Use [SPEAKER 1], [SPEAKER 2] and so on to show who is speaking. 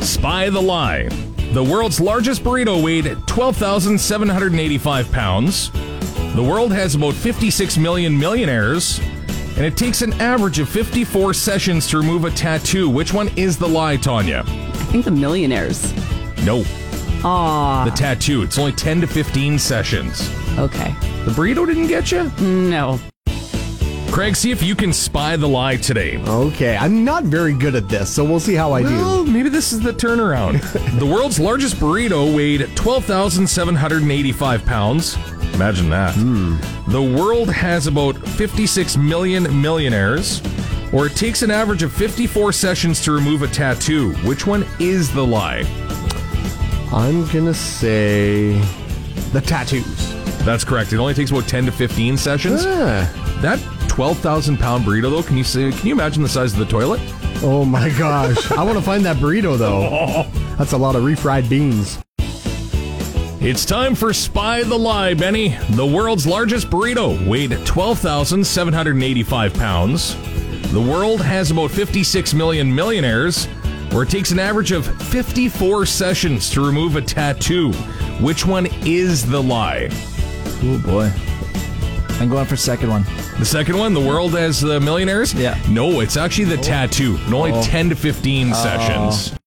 [SPEAKER 1] Spy the Lie. The world's largest burrito weighed 12,785 pounds. The world has about 56 million millionaires. And it takes an average of 54 sessions to remove a tattoo. Which one is the lie, Tanya?
[SPEAKER 2] I think the millionaires.
[SPEAKER 1] No. Aww. The tattoo. It's only 10 to 15 sessions.
[SPEAKER 2] Okay.
[SPEAKER 1] The burrito didn't get you?
[SPEAKER 2] No.
[SPEAKER 1] Craig, see if you can spy the lie today.
[SPEAKER 3] Okay, I'm not very good at this, so we'll see how I do.
[SPEAKER 1] Well, maybe this is the turnaround. the world's largest burrito weighed 12,785 pounds. Imagine that. The world has about 56 million millionaires, or it takes an average of 54 sessions to remove a tattoo. Which one is the lie?
[SPEAKER 3] I'm gonna say the tattoos.
[SPEAKER 1] That's correct. It only takes about 10 to 15 sessions.
[SPEAKER 3] Ah.
[SPEAKER 1] That 12,000 pound burrito, though, can you see, can you imagine the size of the toilet?
[SPEAKER 3] Oh my gosh. I want to find that burrito though. That's a lot of refried beans.
[SPEAKER 1] It's time for Spy the Lie, Benny. The world's largest burrito weighed 12,785 pounds. The world has about 56 million millionaires, where it takes an average of 54 sessions to remove a tattoo. Which one is the lie?
[SPEAKER 4] Oh boy. I'm going for second one.
[SPEAKER 1] The second one, the world as the millionaires?
[SPEAKER 4] Yeah.
[SPEAKER 1] No, it's actually the tattoo. and Only 10 to 15 sessions.